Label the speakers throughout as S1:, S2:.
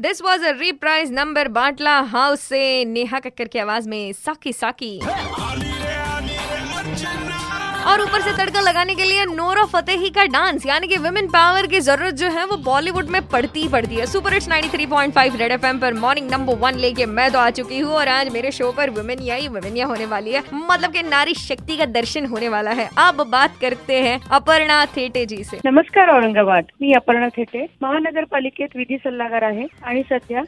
S1: This was a reprise number Batla house से नेहा कक्कर की आवाज में साकी साकी और ऊपर से तड़का लगाने के लिए नोरा फतेही का डांस यानी कि वुमेन पावर की जरूरत जो है वो बॉलीवुड में पड़ती ही पड़ती है सुपर हिट्स 93.5 रेड एफएम पर मॉर्निंग नंबर वन लेके मैं तो आ चुकी हूँ और आज मेरे शो पर वुमेन या ही वुमेन या होने वाली है मतलब कि नारी शक्ति का दर्शन होने वाला है अब बात करते हैं अपर्णा थेटे जी से
S2: नमस्कार औरंगाबाद मी अपर्णा थेटे महानगरपालिकेत विधी सल्लागार आहे आणि सध्या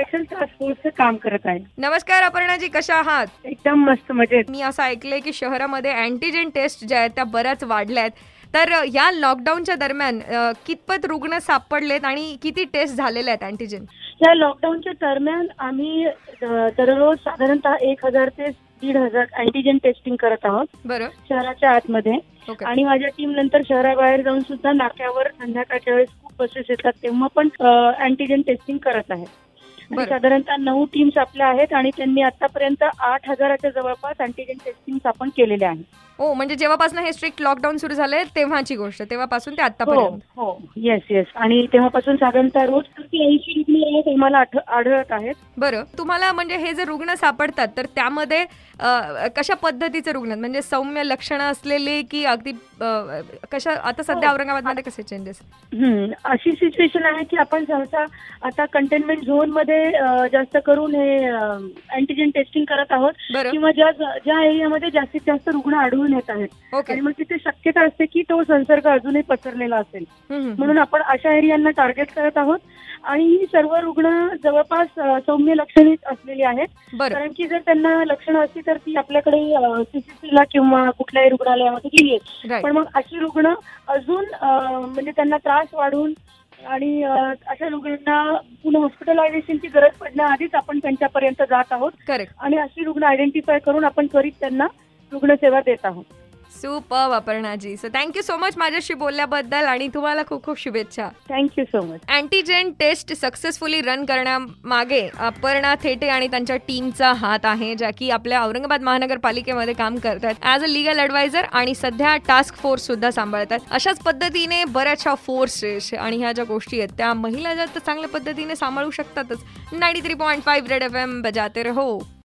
S2: स्पेशल टास्क फोर्सचं काम करत आहे
S1: नमस्कार अपर्णा जी कशा आहात
S2: एकदम मस्त मजेत
S1: मी असं ऐकलंय की शहरामध्ये अँटीजेन टेस्ट ज्या आहेत त्या बऱ्याच वाढल्या आहेत तर या लॉकडाऊनच्या दरम्यान अ, कितपत रुग्ण सापडलेत आणि किती टेस्ट झालेले आहेत अँटीजेन
S2: या लॉकडाऊनच्या दरम्यान आम्ही अ, दररोज साधारणतः एक हजार ते दीड हजार अँटीजेन टेस्टिंग करत आहोत
S1: बरं
S2: शहराच्या आतमध्ये
S1: ओके
S2: आणि माझ्या टीम नंतर शहराबाहेर जाऊन सुद्धा नाक्यावर संध्याकाळच्या वेळेस खूप बसेस येतात तेव्हा पण अँटीजेन टेस्टिंग करत आहे आणि
S1: बरं.
S2: साधारणतः नऊ टीम्स आपल्या आहेत आणि त्यांनी आतापर्यंत आठ हजाराच्या जवळपास अँटीजेन टेस्टिंग आपण केलेल्या आहेत
S1: ओ म्हणजे जेव्हापासून हे स्ट्रिक्ट लॉकडाऊन सुरू झालंय तेव्हाची गोष्ट तेव्हापासून ते
S2: हो
S1: आतापर्यंत
S2: हो येस येस आणि तेव्हापासून साधारणतः रोज ऐंशी रुग्ण आहेत आम्हाला आठ- आढळत आहेत
S1: बरं तुम्हाला म्हणजे हे जे रुग्ण सापडतात तर त्यामध्ये अ, कशा पद्धतीचे रुग्ण आहेत? म्हणजे सौम्य लक्षणं असलेले की अगदी अ, कशा आता सध्या
S2: हो.
S1: औरंगाबादमध्ये कसे चेंजेस
S2: हम्म, अशी सिच्युएशन आहे की आपण सहसा आता कंटेनमेंट झोन मध्ये अं, जास्त करून हे अँटीजेन टेस्टिंग करत आहोत
S1: बरं
S2: किंवा ज्या ज्या एरियामध्ये जास्तीत जास्त रुग्ण आढळून येत आहेत
S1: ओके
S2: आणि मग तिथे शक्यता असते की तो संसर्ग अजूनही पसरलेला असेल म्हणून आपण अशा एरियांना टार्गेट करत आहोत आणि ही सर्व रुग्ण जवळपास अं, सौम्य लक्षणे असलेली आहेत
S1: बरं
S2: कारण की जर त्यांना लक्षणं असली तर ती आपल्याकडे सीसीसीला किंवा कुठल्याही रुग्णालयामध्ये गेली आहेत.
S1: राईट
S2: पण मग अशी रुग्ण अजून अं, म्हणजे त्यांना त्रास वाढून आणि अं, अशा रुग्णांना पुन्हा हॉस्पिटलायझेशनची गरज पडण्याआधीच आपण त्यांच्यापर्यंत जात आहोत
S1: करेक्ट
S2: आणि अशी रुग्ण आयडेंटिफाय करून आपण त्वरित त्यांना रुग्णसेवा देत आहोत
S1: सुपर अपर्णाजी सो थँक्यू सो मच माझ्याशी बोलल्याबद्दल आणि तुम्हाला खूप खूप शुभेच्छा
S2: thank you so much
S1: antigen test successfully run करण्यामागे अपर्णा थेटे आणि त्यांच्या टीमचा हात आहे ज्या की आपल्या औरंगाबाद महानगरपालिकेमध्ये काम करतात ॲज अ लिगल ॲडवायझर आणि सध्या टास्क फोर्स सुद्धा सांभाळतात अशाच पद्धतीने बऱ्याचशा फोर्सेस आणि ह्या ज्या गोष्टी आहेत त्या महिला ज्या तर चांगल्या पद्धतीने सांभाळू शकतातच ninety three point five Red F M बजाते रहो